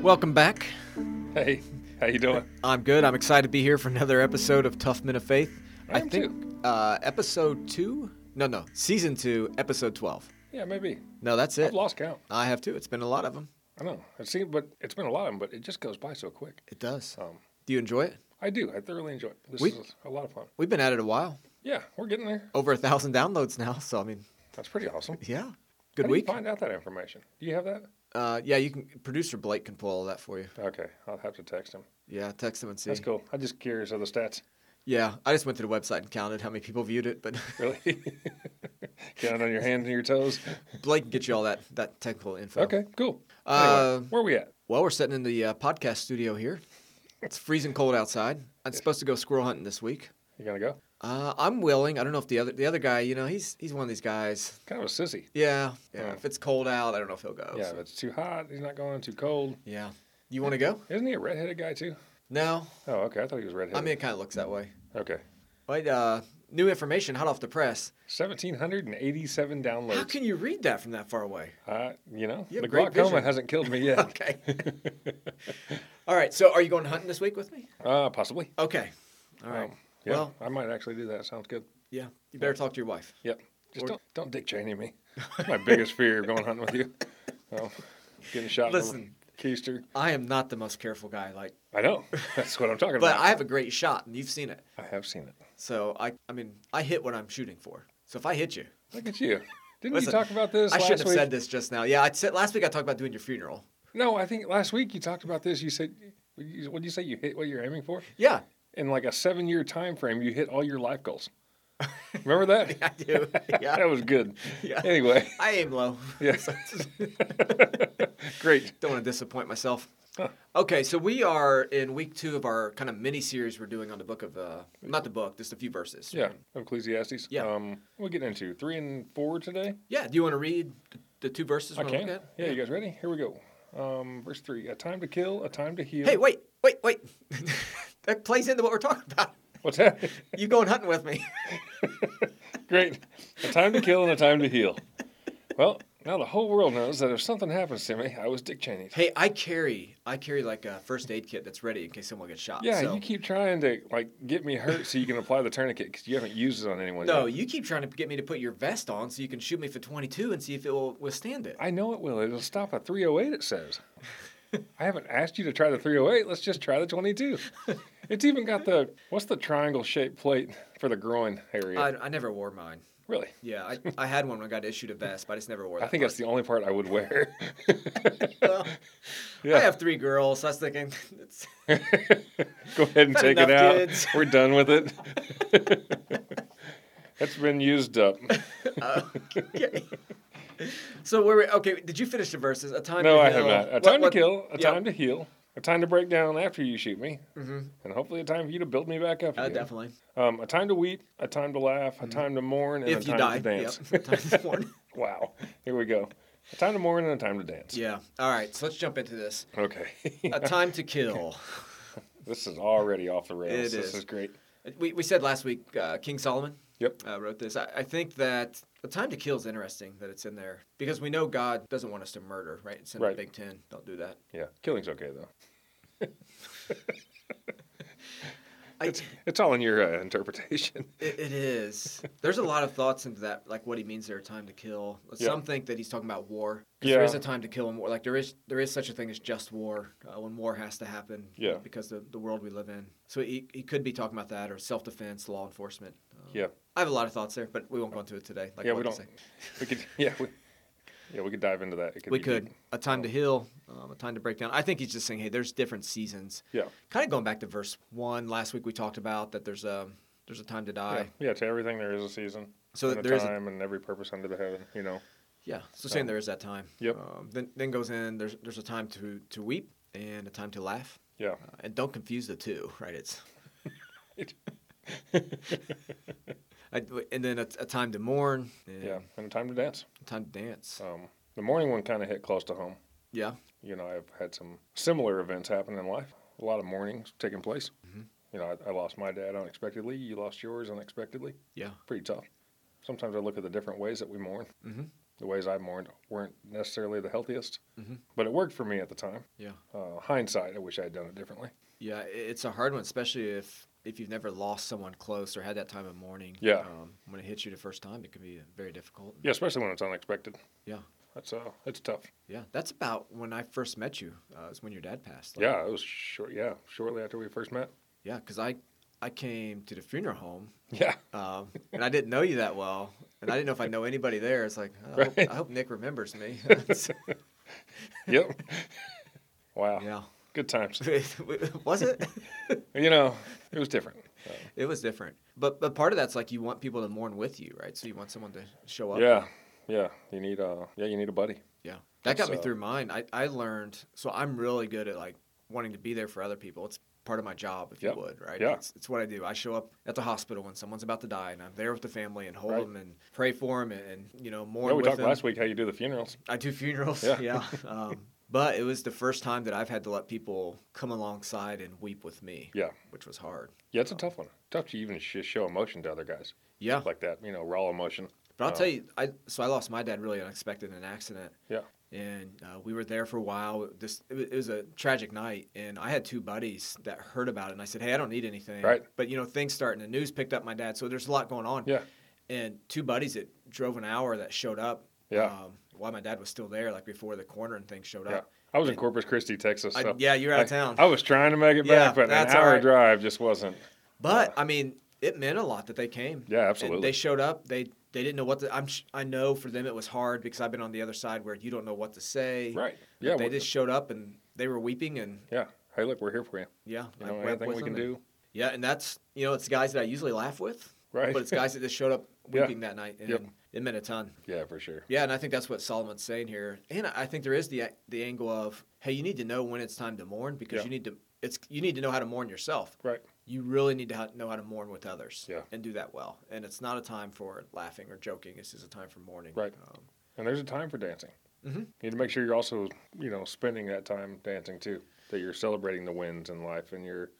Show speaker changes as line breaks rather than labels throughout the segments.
Welcome back.
Hey, how you doing?
I'm good. I'm excited to be here for another episode of Tough Men of Faith.
I am
think Uh, episode two. No, no, season two, episode twelve.
Yeah, maybe.
No, that's it.
I've lost count.
I have too. It's been a lot of them.
I know. It seems, but it's been a lot of them, but it just goes by so quick.
It does.
Um,
Do you enjoy it?
I do. I thoroughly enjoy it. This
We-
is a lot of fun.
We've been at it a while.
Yeah, we're getting there.
Over a thousand downloads now. So I mean,
That's pretty awesome.
yeah, good
how
week.
Do you find out that information. Do you have that?
uh, yeah, you can. Producer Blake can pull all that for you.
Okay, I'll have to text him.
Yeah, text him and see.
That's cool. I'm just curious of the stats.
Yeah, I just went to the website and counted how many people viewed it, but
Really? Count on your hands and your toes.
Blake can get you all that that technical info.
Okay, cool.
Uh,
anyway, where are we at?
Well, we're sitting in the uh, podcast studio here. It's freezing cold outside. I'm supposed to go squirrel hunting this week.
You gonna go?
Uh, I'm willing. I don't know if the other the other guy, you know, he's he's one of these guys.
Kind of a sissy.
Yeah, yeah.
Yeah.
If it's cold out, I don't know if he'll go.
yeah, if
Oh, so-
it's too hot, he's not going. Too cold.
yeah. You want to go?
Isn't he a redheaded guy too?
No.
Oh, okay. I thought he was redheaded.
I mean, it kind of looks that way.
okay.
But uh, new information, hot off the press.
1,787
How
downloads.
can you read that from that far away?
Uh, you know,
You have
the
great
glaucoma
vision.
hasn't killed me yet.
Okay. All right. So, are you going hunting this week with me?
uh, possibly.
Okay. All right.
Um, yeah,
Well-
I might actually do that. Sounds good.
yeah. You better talk to your wife.
Yep. Just
Or-
don't don't Dick Cheney me. That's my biggest fear of going hunting with you. Um, getting shot. in the
Listen.
Keister.
I am not the most careful guy. Like,
I know. That's what I'm talking
but
about.
I have a great shot, and you've seen it.
I have seen it.
So I, I mean, I hit what I'm shooting for. So if I hit you,
Look at you. Didn't
Listen,
you talk about this
I
last
shouldn't have
week?
said this just now. Yeah, I said last week I talked about doing your funeral.
No, I think last week you talked about this. You said, you- what did you say? You hit what you're aiming for
Yeah,
in like a seven-year time frame. You hit all your life goals. Remember that?
I do. Yeah,
That was good.
Yeah.
Anyway,
I aim low.
yeah. Great.
Don't want to disappoint myself. Okay, so we are in week two of our kind of mini series we're doing on the book of, uh, not the book, just a few verses.
Yeah, of Ecclesiastes.
Yeah.
Um, we'll get into three and four today.
Yeah. Do you want to read the, the two verses?
I
we're gonna
can.
look at?
Yeah, you guys ready? Here we go. Um, verse three: A time to kill, a time to heal.
Hey, wait, wait, wait. that plays into what we're talking about.
what's that?
You going hunting with me?
Great. A time to kill and a time to heal. Well, now the whole world knows that if something happens to me, I was Dick Cheney.
Hey, I carry I carry like a first aid kit that's ready in case someone gets shot.
Yeah,
so-
you keep trying to like get me hurt so you can apply the tourniquet because you haven't used it on anyone.
No,
yet.
you keep trying to get me to put your vest on so you can shoot me for 22 and see if it will withstand it.
I know it will. It'll stop at 308. It says. I haven't asked you to try the 308. Let's just try the 22. It's even got the what's the triangle shaped plate for the groin area?
I, I never wore mine.
really?
Yeah, I, I had one when I got issued a vest, but I just never wore that.
I think that's the only part I would wear.
Well,
yeah.
I have three girls, so I was thinking, it's,
Go ahead and
Not
take it
enough,
out.
kids.
We're done with it. That's been used up.
uh, okay. So where we okay? Did you finish the verses? A time
No,
to
I have
heal.
not. A
What-
time
what-
to kill, a
yeah,
time to heal, a time to break down after you shoot me, and hopefully a time for you to build me back up.
uh,
again.
definitely. Mm-hmm.
Um, a time to weep, a time to laugh, a time to mourn, and a
If
time
you die,
to dance.
yep. Time to mourn.
Wow. Here we go. A time to mourn and a time to dance.
yeah. All right. So let's jump into this.
Okay.
A time to kill.
this is already off the rails.
It
this
is.
is. great.
We, we said last week uh, King Solomon
Yep.
uh, wrote this. I, I think that the time to kill is interesting that it's in there because we know God doesn't want us to murder, right? It's in the
Right.
Big Ten. Don't do that.
Yeah. Killing's okay, though.
I,
It's, it's all in your uh, interpretation.
it, it is. There's a lot of thoughts into that, like what he means there, time to kill.
Yeah.
Some think that he's talking about war. 'cause There
Yeah.
is a time to kill in war. Like there is, there is such a thing as just war uh, when war has to happen.
Yeah.
Because the the world we live in. So he, he could be talking about that or self defense, law enforcement. Um,
Yeah.
I have a lot of thoughts there, but we won't go into it today. Like
yeah,
what
we
to
don't.
say.
We could. Yeah, we, yeah, we could dive into that. It could
we
be
could
deep.
a time to heal um, a time to break down i think he's just saying hey there's different seasons
Yeah.
kind of going back to verse one last week we talked about that there's a there's a time to die
Yeah. yeah, to everything there is a season.
So
and
there
a
is a-
time and every purpose under the heaven. You know.
yeah so saying
Oh.
there is that time
Yep.
um, then, then goes in there's there's a time to to weep and a time to laugh
Yeah.
uh, and don't confuse the two right it's I, and then a, a time to mourn and
Yeah, and a time to dance.
a time to dance
Um, the morning one kind of hit close to home.
yeah
You know, I've had some similar events happen in life. a lot of mournings taking place.
Mm-hmm.
You know, I, I lost my dad unexpectedly. You lost yours unexpectedly.
Yeah.
Pretty tough. Sometimes I look at the different ways that we mourn.
Mhm.
The ways I mourned weren't necessarily the healthiest,
Mhm.
but it worked for me at the time.
Yeah.
Uh, hindsight, I wish I had done it differently.
Yeah, i- it's a hard one, especially if if you've never lost someone close or had that time of mourning.
Yeah.
Um, when it hits you the first time, it can be very difficult.
Yeah, especially when it's unexpected.
Yeah.
That's uh, it's tough.
Yeah, that's about when I first met you. Uh, was when your dad passed.
Yeah, it was short. Yeah, shortly after we first met.
Yeah, because I I came to the funeral home
Yeah,
um, and I didn't know you that well, and I didn't know if I know anybody there. It's like I,
Right.
hope, I hope Nick remembers me.
yep. wow,
yeah,
good times.
was it?
You know, it was different.
It was different, but but part of that's like you want people to mourn with you, right? So you want someone to show up.
Yeah, yeah. You need a yeah. You need a buddy.
Yeah. That got me
So-
through mine. I, I learned so I'm really good at like wanting to be there for other people. It's part of my job, if
Yep.
you would, right?
Yeah.
It's, it's what I do. I show up at the hospital when someone's about to die, and I'm there with the family and hold
Right.
them and pray for them and, and, you know mourn
Yeah, we
with
talked
them.
last week how you do the funerals.
I do funerals.
Yeah.
Yeah. Um, but it was the first time that I've had to let people come alongside and weep with me.
Yeah.
Which was hard.
Yeah, it's a tough one. Tough to even sh- show emotion to other guys
Yeah.
like that. You know, raw emotion.
But I'll
Uh,
tell you, I so I lost my dad really unexpected in an accident.
Yeah.
And uh, we were there for a while. This it, wa- it was a tragic night, and I had two buddies that heard about it, and I said, "Hey, I don't need anything."
Right.
But you know, things start, and the news picked up my dad, so there's a lot going on.
Yeah.
And two buddies that drove an hour that showed up.
Yeah.
Um, while my dad was still there, like before the corner and things showed
Yeah.
up.
I was in Corpus Christi, Texas.
I-
So Oh.
yeah, you were out of
I-
town.
I, was trying to make it
Yeah,
back, but an
that's
hour
alright.
drive just wasn't.
But I mean, it meant a lot that they came.
Yeah,
And
absolutely.
they showed up. They they didn't know what to. I'm sh- I know for them it was hard because I've been on the other side where you don't know what to say.
Right.
But
Yeah,
They
what-
just showed up and they were weeping and
Yeah. Hey, look, we're here for you.
yeah.
You
I
know,
wept
anything
with
we can
them and-
do.
Yeah, and that's you know it's guys that I usually laugh with.
Right.
But it's guys that just showed up
Yeah.
weeping that night and
Yep.
it meant a ton.
Yeah, for sure.
Yeah, and I think that's what Solomon's saying here. And I think there is the the angle of hey, you need to know when it's time to mourn because
Yeah.
you need to it's you need to know how to mourn yourself.
Right.
You really need to ho- know how to mourn with others
Yeah.
and do that well. And it's not a time for laughing or joking. This is a time for mourning.
Right.
Um,
And there's a time for dancing.
Mhm.
You need to make sure you're also, you know, spending that time dancing too. That you're celebrating the wins in life, and you're.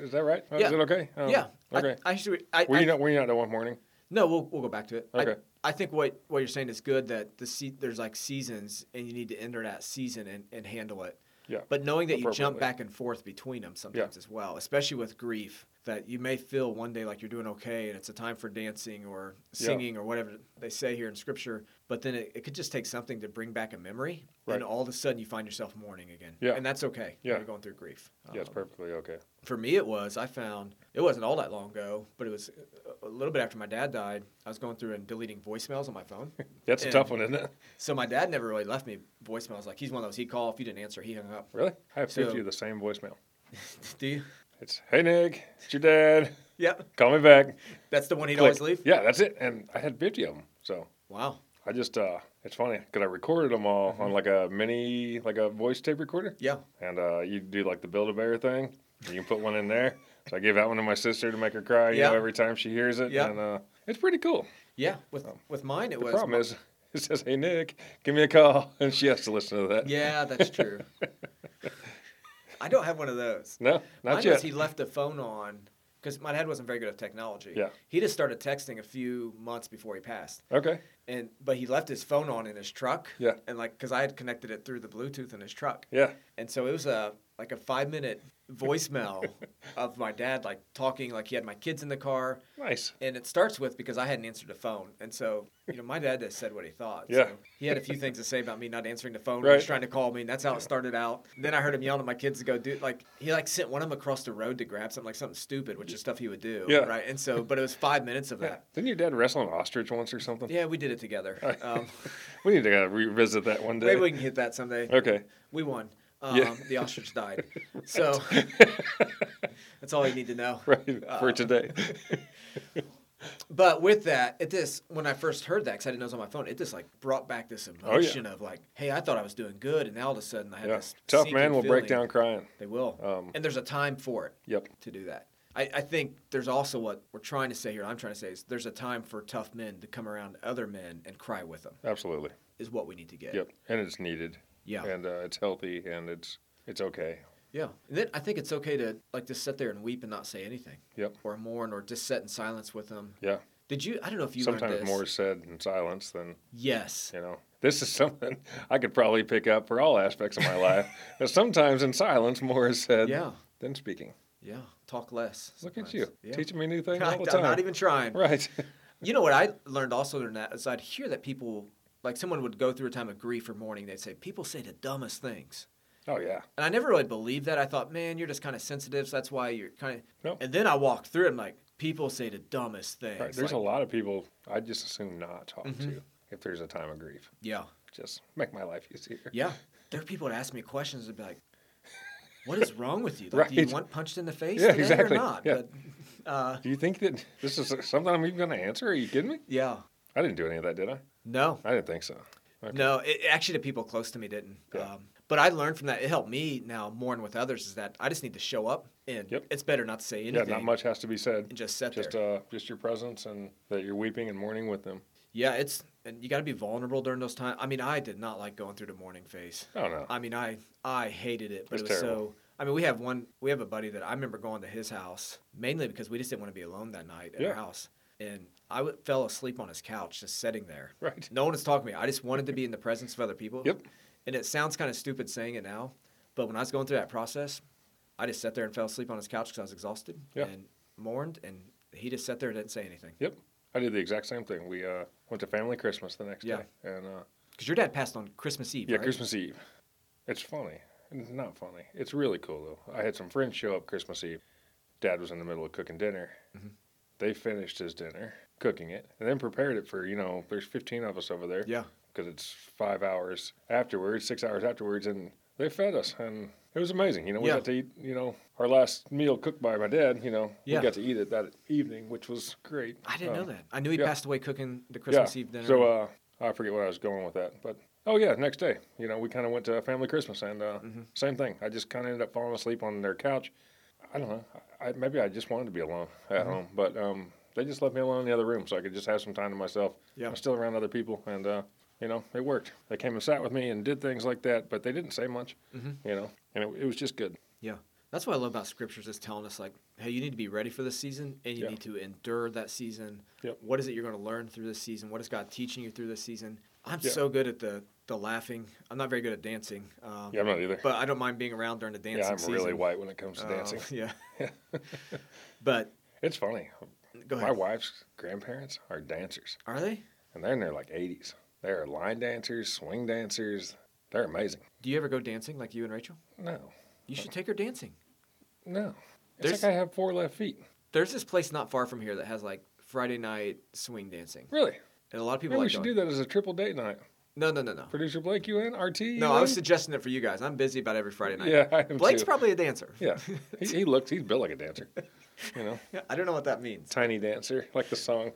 Is that right? Uh, Is
Yeah.
it okay? Um,
yeah. I-
Okay.
I, should. I,
were
I-
you not? Were you not the one morning?
No, we'll, we'll go back to it.
Okay.
I, I think what, what you're saying is good that the se- there's like seasons and you need to enter that season and, and handle it.
Yeah.
But knowing that you jump
Appropriately.
back and forth between them sometimes as well, especially with grief, that you may feel one day like you're doing okay and it's a time for dancing or
Yeah.
singing or whatever they say here in scripture, but then it, it could just take something to bring back a memory
Right.
and all of a sudden you find yourself mourning again.
Yeah.
And that's okay.
Yeah.
When you're going through grief.
yeah, it's
Um,
perfectly okay.
for me it was i found it wasn't all that long ago but it was a a little bit after my dad died i was going through and deleting voicemails on my phone
That's a
and-
tough one, isn't it?
so my dad never really left me voicemails like he's one of those he'd call if you didn't answer he hung up
Really? I have fifty
So-
of the same voicemail.
do you
It's hey Nick, it's your dad.
yep
Call me back.
that's the one he'd
Click.
always leave
Yeah, that's it. And I had fifty of them. So
wow
I just, uh it's funny because I recorded them all
Mm-hmm.
on like a mini, like a voice tape recorder.
yeah
and uh, you do like the Build a Bear thing. and You can put one in there. So I gave that one to my sister to make her cry. You know,
Yeah.
every time she hears it,
Yeah.
and uh, it's pretty cool.
yeah with with mine it
Oh. The
was
problem is, it says, "Hey Nick, give me a call," and she has to listen to that.
yeah that's true i don't have one of those
No, not
Mine
yet.
was he left the phone on because my dad wasn't very good at technology
Yeah.
he just started texting a few months before he passed
Okay.
and but he left his phone on in his truck.
Yeah.
And like, cause I had connected it through the Bluetooth in his truck,
Yeah.
and so it was a like a five minute voicemail of my dad like talking like he had my kids in the car,
Nice.
and it starts with because I hadn't answered the phone, and so you know my dad just said what he thought.
Yeah.
So he had a few things to say about me not answering the phone. when He was
Right.
trying to call me, and that's how it started out. Then I heard him yelling at my kids to go do like he like sent one of them across the road to grab something like something stupid, which is stuff he would do.
Yeah.
Right. And so, but it was five minutes of that.
Didn't your dad wrestle an ostrich once or something?
Yeah, we did it together. Um,
We need to uh, revisit that one day.
Maybe we can hit that someday.
Okay.
We won. Um,
Yeah.
The ostrich died. So that's all you need to know.
Right
Uh,
for today.
But with that, it just when I first heard that, because I didn't know it was on my phone, it just like brought back this
Oh, yeah.
emotion of like, hey, I thought I was doing good, and now all of a sudden I had
Yeah.
this
Tough
sinking
man will break
feeling.
down crying.
They will.
Um,
and there's a time for it
Yep.
to do that. I, I think there's also what we're trying to say here. I'm trying to say is there's a time for tough men to come around other men and cry with them
Absolutely.
is what we need to get.
Yep. And it's needed.
Yeah.
And uh, it's healthy and it's it's okay.
Yeah. And then I think it's okay to like just sit there and weep and not say anything.
Yep.
Or mourn or just sit in silence with them.
Yeah.
Did you I don't know if you learned
Sometimes
this.
more is said in silence than
Yes.
you know. This is something I could probably pick up for all aspects of my life. But sometimes in silence, more is said
Yeah.
than speaking.
Yeah. Talk less.
Look at
sometimes.
you
Yeah.
teaching me new things
I,
all the
am
time.
not even trying.
Right.
You know what I learned also during that is I'd hear that people like someone would go through a time of grief or mourning, they'd say, People say the dumbest things.
Oh yeah.
And I never really believed that. I thought, man, you're just kind of sensitive, so that's why you're kind of.
Nope.
And then I walked through it and like, people say the dumbest things.
Right. There's
like,
a lot of people I just assume not talk
Mhm.
to if there's a time of grief.
Yeah.
Just make my life easier.
Yeah. There are people that ask me questions and be like, what is wrong with you? Like, Do you
Right.
want punched in the face
Yeah,
today
exactly.
or not?
Yeah.
But, uh,
Do you think that this is something I'm even going to answer? Are you kidding me?
yeah.
I didn't do any of that, did I?
No.
I didn't think so. Okay.
No. It, actually, the people close to me didn't.
Yeah.
Um, but I learned from that. It helped me now more and with others is that I just need to show up and
Yep.
it's better not to say
Yeah,
anything.
not much has to be said.
And just sit
Just
there.
uh, just your presence and that you're weeping and mourning with them.
yeah. It's, and you got to be vulnerable during those times. I mean, I did not like going through the morning phase.
I don't know.
I mean, I I hated it, but
It's
it was
terrible.
so. I mean, we have one. We have a buddy that I remember going to his house mainly because we just didn't want to be alone that night at
Yeah.
our house, and I w- fell asleep on his couch just sitting there.
Right.
No one was talking to me. I just wanted to be in the presence of other people.
Yep.
And it sounds kind of stupid saying it now, but when I was going through that process, I just sat there and fell asleep on his couch because I was exhausted
Yeah.
and mourned, and he just sat there and didn't say anything.
Yep. I did the exact same thing. We uh, went to family Christmas the next
Yeah.
day, and uh,
Because your dad passed on Christmas Eve.
Yeah,
right?
Christmas Eve. It's funny. It's Not funny. It's really cool though. I had some friends show up Christmas Eve. Dad was in the middle of cooking dinner.
Mhm.
They finished his dinner, cooking it, and then prepared it for you know. There's 15 of us over there
Yeah.
because it's five hours afterwards, six hours afterwards, and they fed us, and it was amazing. You know, we
Yeah.
got to eat. You know, our last meal cooked by my dad. You know,
Yeah.
we got to eat it that evening, which was great.
I didn't
Um,
know that. I knew he
yeah.
passed away cooking the Christmas Eve dinner.
so uh, I forget where I was going with that, but oh yeah, next day, you know, we kind of went to a family Christmas and uh,
Mhm.
same thing. I just kind of ended up falling asleep on their couch. I don't know. I, I, maybe I just wanted to be alone at
Mm-hmm.
home, but um, they just left me alone in the other room so I could just have some time to myself.
Yeah.
I'm still around other people, and uh, you know, it worked. They came and sat with me and did things like that, but they didn't say much.
Mhm.
You know, and it, it was just good.
Yeah. That's what I love about scriptures is telling us like, hey, you need to be ready for this season and you
Yeah.
need to endure that season.
Yep.
What is it you're going to learn through this season? What is God teaching you through this season? I'm
Yeah.
so good at the the laughing. I'm not very good at dancing. Um,
Yeah, I'm not either.
But I don't mind being around during the dancing
yeah, I'm
season.
really white when it comes to
Uh,
dancing.
Yeah. but
It's funny.
go
My
ahead.
wife's grandparents are dancers.
Are they?
and they're in their like 80s. They're line dancers, swing dancers. They're amazing.
Do you ever go dancing like you and Rachel?
No,
You should take her dancing.
no. It's
There's-
like I have four left feet.
There's this place not far from here that has like Friday night swing dancing,
Really?
and a lot of people
Maybe we
like
should
going.
do that as a triple date night.
No, no, no, no.
Producer Blake, you in? RT? you
No, I was
in?
suggesting it for you guys. I'm busy about every Friday night.
Yeah, I am
Blake's
too.
probably a dancer.
Yeah, he, he looks. He's built like a dancer. You know,
I don't know what that means.
tiny dancer, like the song.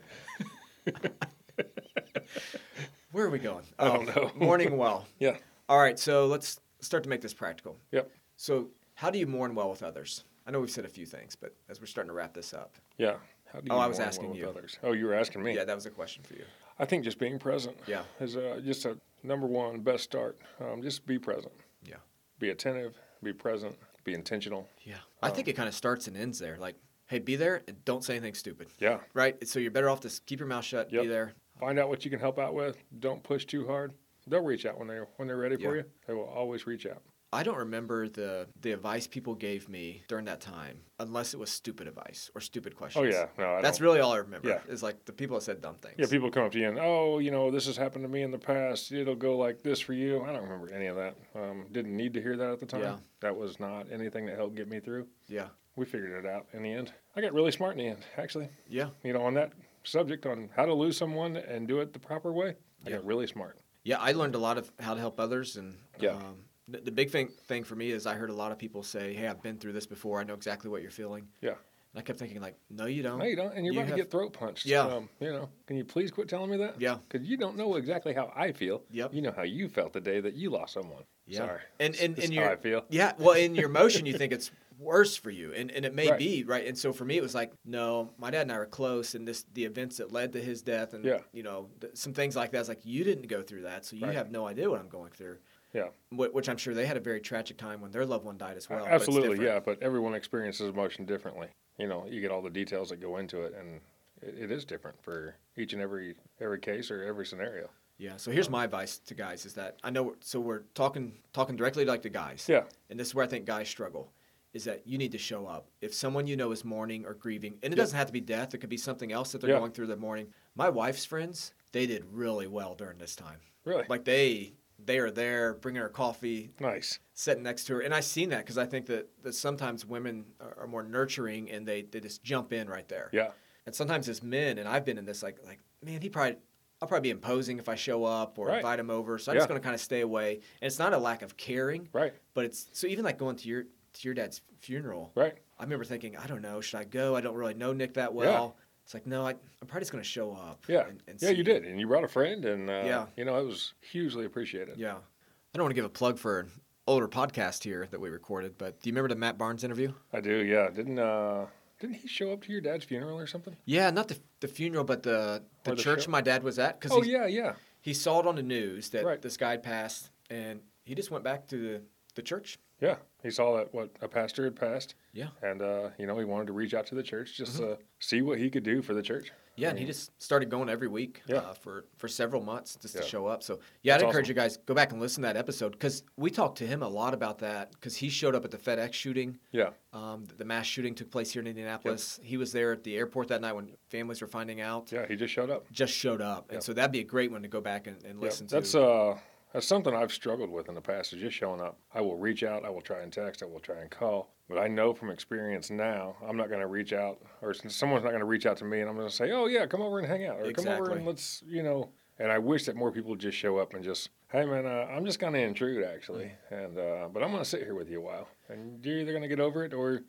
Where are we going? Oh,
I don't know.
mourning well.
Yeah.
All right, so let's start to make this practical.
Yep.
So, how do you mourn well with others? I know we've said a few things, but as we're starting to wrap this up,
Yeah. How do
Oh, I was
mourn well
asking
with
you.
Others? Oh, you were asking me.
yeah, that was a question for you.
I think just being present.
Yeah.
Is uh, just a number one best start. Um, just be present.
Yeah.
Be attentive. Be present. Be intentional.
Yeah. I think it kind of starts and ends there. Like, hey, be there and don't say anything stupid,
Yeah.
right? So, you're better off to s- keep your mouth shut,
Yep.
be there.
Find out what you can help out with. Don't push too hard. They'll reach out when they are when they're ready for
Yeah.
you. They will always reach out.
I don't remember the, the advice people gave me during that time, unless it was stupid advice or stupid
Oh
questions.
yeah, no, I
That's
don't.
really all I remember.
Yeah.
Is like the people that said dumb things.
yeah. People come up to you and oh, you know, this has happened to me in the past. It'll go like this for you. I don't remember any of that. Um, didn't need to hear that at the time.
Yeah.
That was not anything that helped get me through.
yeah.
We figured it out in the end. I got really smart in the end, actually.
Yeah.
You know, on that subject on how to lose someone and do it the proper way. I
Yeah.
got really smart.
Yeah, I learned a lot of how to help others, and
Yeah.
um, the, the big thing thing for me is I heard a lot of people say, "Hey, I've been through this before. I know exactly what you're feeling."
Yeah.
and I kept thinking like, "No, you don't."
No, you don't. And you're
You
about
have-
to get throat punched.
Yeah.
Um, you know, can you please quit telling me that?
Yeah.
Because you don't know exactly how I feel.
Yep.
You know how you felt the day that you lost someone.
Yeah.
Sorry.
And
This-
and
this
and
is
your
how I feel.
yeah, well, in your emotion, you think it's worse for you, and and it may
Right.
be right. And so for me, it was like, no, my dad and I were close, and this the events that led to his death, and
Yeah.
you know th- some things like that. It's like you didn't go through that, so you
Right.
have no idea what I'm going through.
Yeah.
wh- which I'm sure they had a very tragic time when their loved one died as well. but it's
Absolutely,
different.
yeah, but everyone experiences emotion differently. You know, you get all the details that go into it, and it, it is different for each and every every case or every scenario.
Yeah. So here's my advice to guys is that I know we're- so we're talking talking directly like the guys.
Yeah.
And this is where I think guys struggle is that you need to show up. If someone you know is mourning or grieving, and it
Yeah.
doesn't have to be death, it could be something else that they're
Yeah.
going through that morning. My wife's friends, they did really well during this time.
Really
Like they they are there bringing her coffee,
nice.
sitting next to her. And I've seen that because I think that, that sometimes women are- are more nurturing and they, they just jump in right there.
Yeah,
And sometimes as men, and I've been in this, like, like man, he probably, I'll probably be imposing if I show up or
Right.
invite him over. So I'm
Yeah.
just going to kind of stay away. And it's not a lack of caring,
right,
but it's so even like going to your to your dad's funeral.
right.
I remember thinking, I don't know, should I go? I don't really know Nick that well. It's like, no, I, I'm probably just going to show up.
Yeah,
and- and
yeah, you
see.
did, and you brought a friend, and uh,
Yeah.
you know, it was hugely appreciated.
Yeah. I don't want to give a plug for an older podcast here that we recorded, but do you remember the Matt Barnes interview?
I do. Yeah, didn't uh, didn't he show up to your dad's funeral or something?
Yeah, not the, the funeral, but the the,
Or the
church
show?
my dad was at because
Oh
he,
yeah, yeah,
he saw it on the news that
Right.
this guy had passed, and he just went back to the, the church.
yeah. He saw that what a pastor had passed.
Yeah.
and uh, you know, he wanted to reach out to the church just uh, see what he could do for the church.
Yeah, and he just started going every week
Um, Yeah.
uh, for for several months just
Yeah.
to show up. So yeah,
That's
I'd encourage
awesome.
you guys go back and listen to that episode because we talked to him a lot about that because he showed up at the FedEx shooting.
Yeah,
Um, the mass shooting took place here in Indianapolis. He was there at the airport that night when families were finding out.
yeah, he just showed up.
Just showed up, and
Yeah.
so that'd be a great one to go back and, and
Yeah,
listen
that's
to.
uh that's something I've struggled with in the past is just showing up. I will reach out, I will try and text, I will try and call, but I know from experience now I'm not going to reach out or s- someone's not going to reach out to me and I'm going to say, "Oh yeah, come over and hang out," or "Come over
Exactly.
and let's," you know. And I wish that more people would just show up and just, "Hey man, uh, I'm just going to intrude actually,
Mm.
and uh, but I'm going to sit here with you a while, and you're either going to get over it or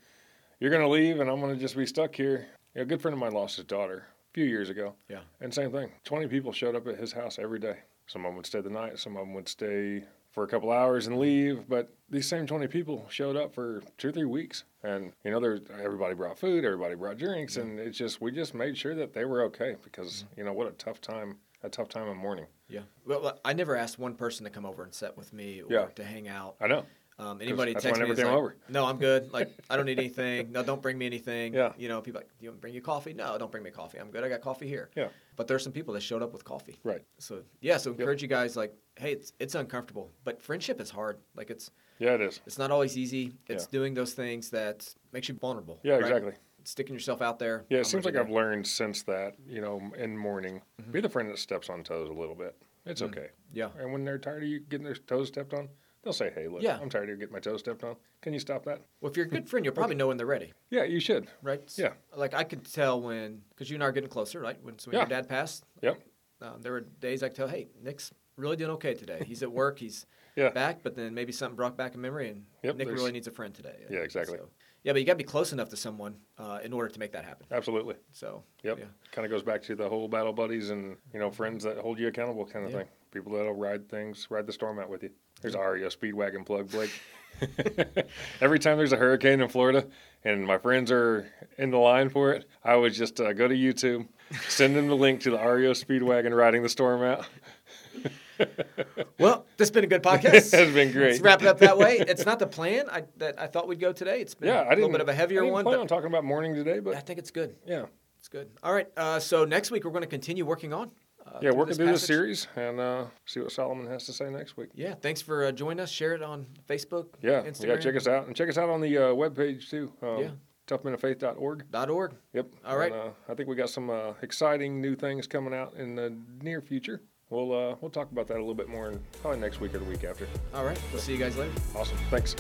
you're going to leave, and I'm going to just be stuck here." You know, a good friend of mine lost his daughter a few years ago.
Yeah.
And same thing. 20 people showed up at his house every day. Some of them would stay the night, some of them would stay for a couple hours and leave, but these same 20 people showed up for two or three weeks. And, you know, there, everybody brought food, everybody brought drinks, and it's just, we just made sure that they were okay because, you know, what a tough time, a tough time of mourning.
Yeah. Well, well, I never asked one person to come over and sit with me or
Yeah.
to hang out.
I know.
Um, anybody
that's
text
why I
me
never
it's
came
like,
over.
no, I'm good. Like, I don't need anything. No, don't bring me anything.
Yeah.
You know, people like, do you want me to bring you coffee? No, don't bring me coffee. I'm good. I got coffee here.
Yeah.
But there's some people that showed up with coffee.
Right.
So yeah, so encourage you guys like, hey, it's it's uncomfortable, but friendship is hard. Like it's
Yeah, it is.
it's not always easy. It's
Yeah.
doing those things that makes you vulnerable.
Yeah,
right?
exactly.
Sticking yourself out there. Mm-hmm.
Yeah, it
I'm
seems
gonna
like
be
I've learned since that, you know, in mourning, be the friend that steps on toes a little bit. It's
Mm-hmm.
okay.
there.
And when they're tired of you getting their toes stepped on, they'll say, "Hey, look,
Yeah.
I'm tired of getting my toes stepped on. Can you stop that?"
Yeah. Well, if you're a good friend, you'll probably know when they're ready.
Yeah, you should.
right?
Yeah.
Like I could tell when, because you and I are getting closer, right? When, so when
Yeah.
your dad passed,
Yep.
um, there were days I could tell, hey, Nick's really doing okay today. He's at work, he's
Yeah.
back, but then maybe something brought back a memory, and
Yep,
Nick
there's-
really needs a friend today.
Yeah, exactly.
So- yeah, but you got to be close enough to someone uh, in order to make that happen.
Absolutely.
So,
Yep.
yeah.
Kind of goes back to the whole battle buddies and you know friends that hold you accountable kind of
Yeah.
thing. People that'll ride things, ride the storm out with you. There's already a speedwagon plug, Blake. Every time there's a hurricane in Florida and my friends are in the line for it, I would just uh, go to YouTube, send them the link to the REO Speedwagon riding the storm out.
Well, this has been a good podcast.
That's been great.
Let's wrap it up that way. It's not the plan I, that I thought we'd go today. It's been
Yeah, I
a
didn't.
little bit of a heavier
I didn't
one,
Plan
but
on talking about mourning today,
I
but
think it's good.
yeah.
It's good. All right. Uh, so next week we're going to continue working on. Uh,
Yeah, working through this
passage.
series and uh, see what Solomon has to say next week.
Yeah, thanks for uh, joining us. Share it on Facebook,
Yeah,
Instagram,
yeah, check us out and check us out on the uh, webpage too. Um,
Yeah.
toughmenoffaith.org.
dot org.
Yep.
All right.
And, uh, I think we got some uh, exciting new things coming out in the near future. We'll uh, we'll talk about that a little bit more in probably next week or the week after.
All right, we'll see you guys later.
Awesome. Thanks.